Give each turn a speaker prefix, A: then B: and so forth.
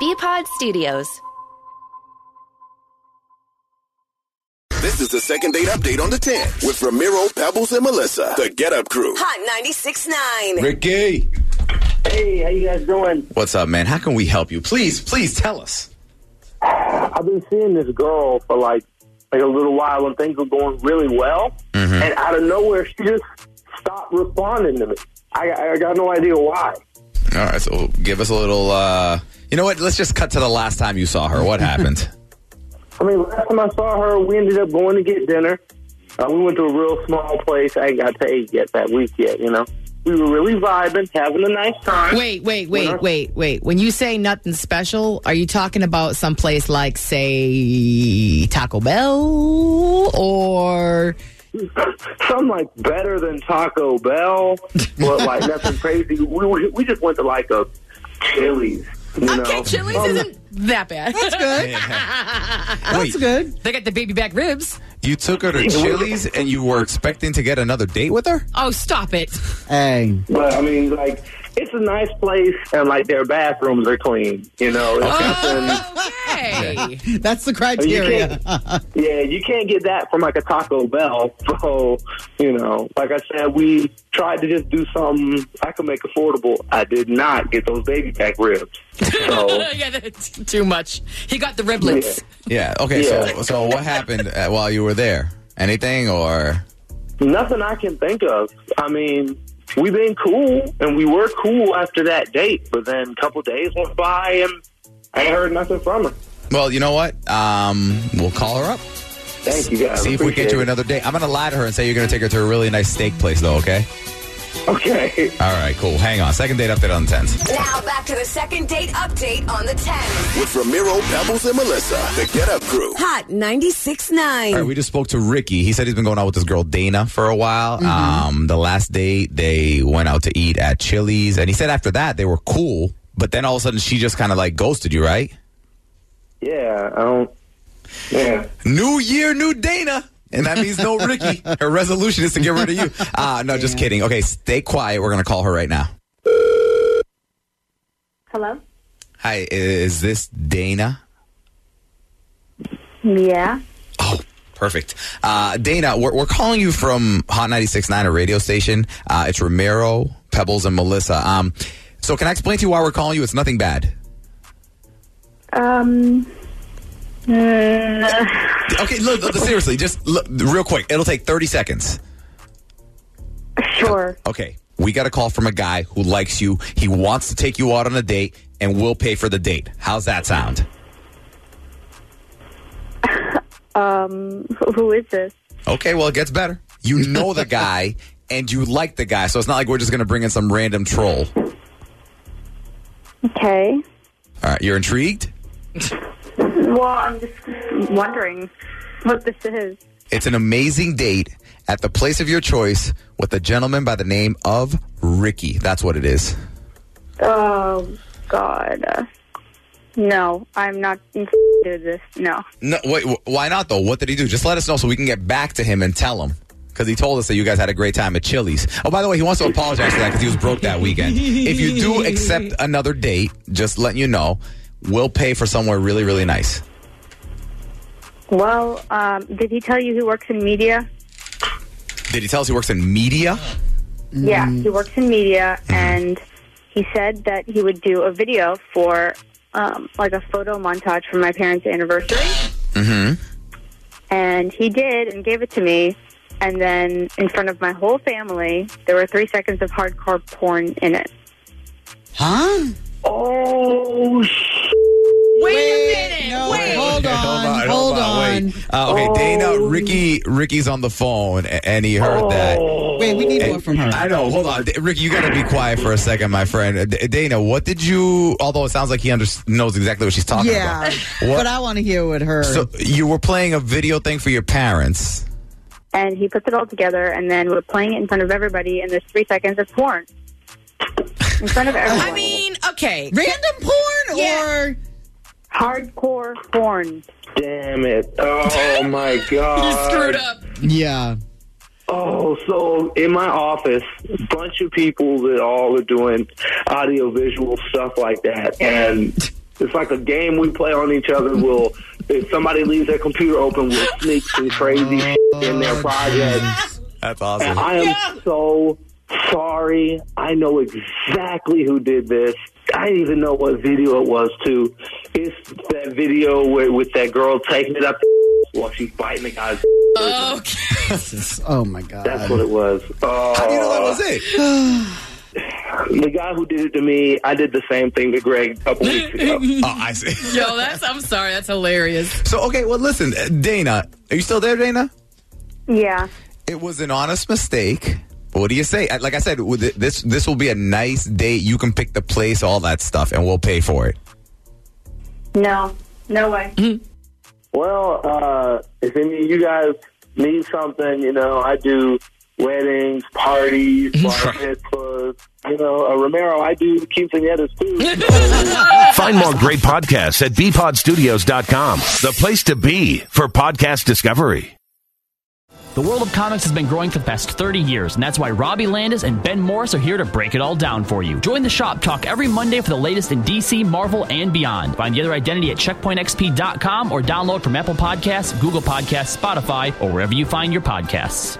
A: Bpod Studios.
B: This is the second date update on the 10 with Ramiro, Pebbles, and Melissa, the Get Up Crew.
C: Hot 96.9.
D: Ricky.
E: Hey, how you guys doing?
D: What's up, man? How can we help you? Please, please tell us.
E: I've been seeing this girl for like like a little while, and things were going really well.
F: Mm-hmm.
E: And out of nowhere, she just stopped responding to me. I, I got no idea why.
D: All right, so give us a little. uh You know what? Let's just cut to the last time you saw her. What happened?
E: I mean, last time I saw her, we ended up going to get dinner. Uh, we went to a real small place. I ain't got to eat yet that week yet. You know, we were really vibing, having a nice time.
G: Wait, wait, wait, wait, wait. When you say nothing special, are you talking about someplace like, say, Taco Bell or
E: Some like better than Taco Bell, but like nothing crazy. We we we just went to like a Chili's. You know?
F: Okay, Chili's
E: Um,
F: isn't that bad. That's good.
D: That's good.
F: they got the baby back ribs.
D: You took her to Chili's and you were expecting to get another date with her?
F: Oh, stop it.
H: Hey,
E: But I mean, like, it's a nice place, and like their bathrooms are clean. You know, it's nothing-
F: Okay.
H: that's the
E: you
H: criteria.
E: can't, yeah, you can't get that from like a Taco Bell. So, you know, like I said, we tried to just do something I could make affordable. I did not get those baby back ribs. So,
F: yeah, that's too much. He got the riblets.
D: Yeah. Okay. So,
E: Yeah.
D: so what happened uh, while you were there? Anything or?
E: nothing I can think of. I mean, we've been cool, and we were cool after that date, but then a couple days went by, and I ain't heard nothing from her.
D: Well, you know what? Um, we'll call her up.
E: Thank you guys.
D: See if we
E: Appreciate
D: get you
E: it.
D: another date. I'm gonna lie to her and say you're gonna take her to a really nice steak place, though. Okay.
E: Okay.
D: All right. Cool. Hang on. Second date update on the 10th.
C: Now back to the second date update on the 10.
B: With Ramiro, Pebbles, and Melissa, the Get Up Crew.
C: Hot
D: All right,
C: 96.9.
D: we just spoke to Ricky. He said he's been going out with this girl Dana for a while. Um, the last date they went out to eat at Chili's, and he said after that they were cool. But then all of a sudden she just kind of like ghosted you, right?
E: Yeah, I don't. Yeah.
D: New year, new Dana. And that means no Ricky. Her resolution is to get rid of you. Uh, no, just kidding. Okay, stay quiet. We're going to call her right now.
I: Hello?
D: Hi, i- is this Dana?
I: Yeah.
D: Oh, perfect. Uh, Dana, we're, we're calling you from Hot 96.9, a radio station. Uh, it's Romero, Pebbles, and Melissa. Um, so can I explain to you why we're calling you? It's nothing bad.
I: Um. mm,
D: Okay, look, look, seriously, just look, real quick. It'll take 30 seconds.
I: sure.
D: Okay, we got a call from a guy who likes you. He wants to take you out on a date, and we'll pay for the date. How's that sound?
I: Um. wh- Who is this?
D: Okay, well, it gets better. You know the guy, and you like the guy, so it's not like we're just going to bring in some random troll. All
I: Okay.
D: right, you're intrigued?
I: Well, I'm just wondering what this is.
D: It's an amazing date at the place of your choice with a gentleman by the name of Ricky. That's what it is.
I: Oh God. Uh, No, I'm not into this. No.
D: No, wait, wh- why not though? What did he do? Just let us know so we can get back to him and tell him. Because he told us that you guys had a great time at Chili's. Oh, by the way, he wants to apologize for that because he was broke that weekend. If you do accept another date, just letting you know, we'll pay for somewhere really, really nice.
I: Well, um, did he tell you he works in media?
D: Did he tell us he works in media?
I: Yeah, he works in media, and he said that he would do a video for um, like a photo montage for my parents' anniversary. Mm-hmm. And he did, and gave it to me. And then, in front of my whole family, there were three seconds of hardcore porn in it.
H: Huh?
E: Oh, sh-
F: Wait a minute.
H: No,
F: wait.
H: hold on, hold on.
D: wait. Uh, okay, Dana, Ricky, Ricky's on the phone, a- and he heard that.
H: wait. we need more from her.
D: Oh, I know. Hold on, D- Ricky. You got to be quiet for a second, my friend. D- Dana, what did you? Although it sounds like he under- knows exactly what she's talking
H: yeah,
D: about.
H: but I want to hear what her.
D: So you were playing a video thing for your parents.
I: And he puts it all together, and then we're playing it in front of everybody, and there's three seconds of porn in front of everyone.
F: I mean, okay.
H: Random porn or
I: hardcore porn.
E: damn it. Oh, my God.
F: You screwed up.
H: yeah,
E: Oh, so in my office, a bunch of people that all are doing audiovisual stuff like that, and It's like a game we play on each other. We'll if somebody leaves their computer open, we'll sneak some crazy in
F: Oh,
E: their project.
D: That's
E: And
D: awesome.
E: I am so sorry. I know exactly who did this. I didn't even know what video it was, too. It's that video where, with that girl taking it up while she's biting the guy's.
H: Oh my god.
E: That's what it was. Oh,
D: How do you know that was it?
E: Uh, the guy who did it to me, I did the same thing to Greg a couple weeks ago.
D: Oh, I see.
F: Yo, that's. I'm sorry. That's hilarious.
D: So, okay, well, listen, uh, Dana, are you still there, Dana?
I: Yeah.
D: It was an honest mistake. But what do you say? I- Like I said, with it- this this will be a nice date. You can pick the place, all that stuff, and we'll pay for it.
I: No. No way.
E: Well, uh, if any of you guys need something, you know, I do weddings, parties, bar mitzvahs, you know, uh, Romero, I do quinceañeras too.
A: Find more great podcasts at bpodstudios.com, the place to be for podcast discovery.
J: The world of comics has been growing for the past 30 years, and that's why Robbie Landis and Ben Morris are here to break it all down for you. Join the shop talk every Monday for the latest in DC, Marvel, and beyond. Find the other identity at checkpointxp.com or download from Apple Podcasts, Google Podcasts, Spotify, or wherever you find your podcasts.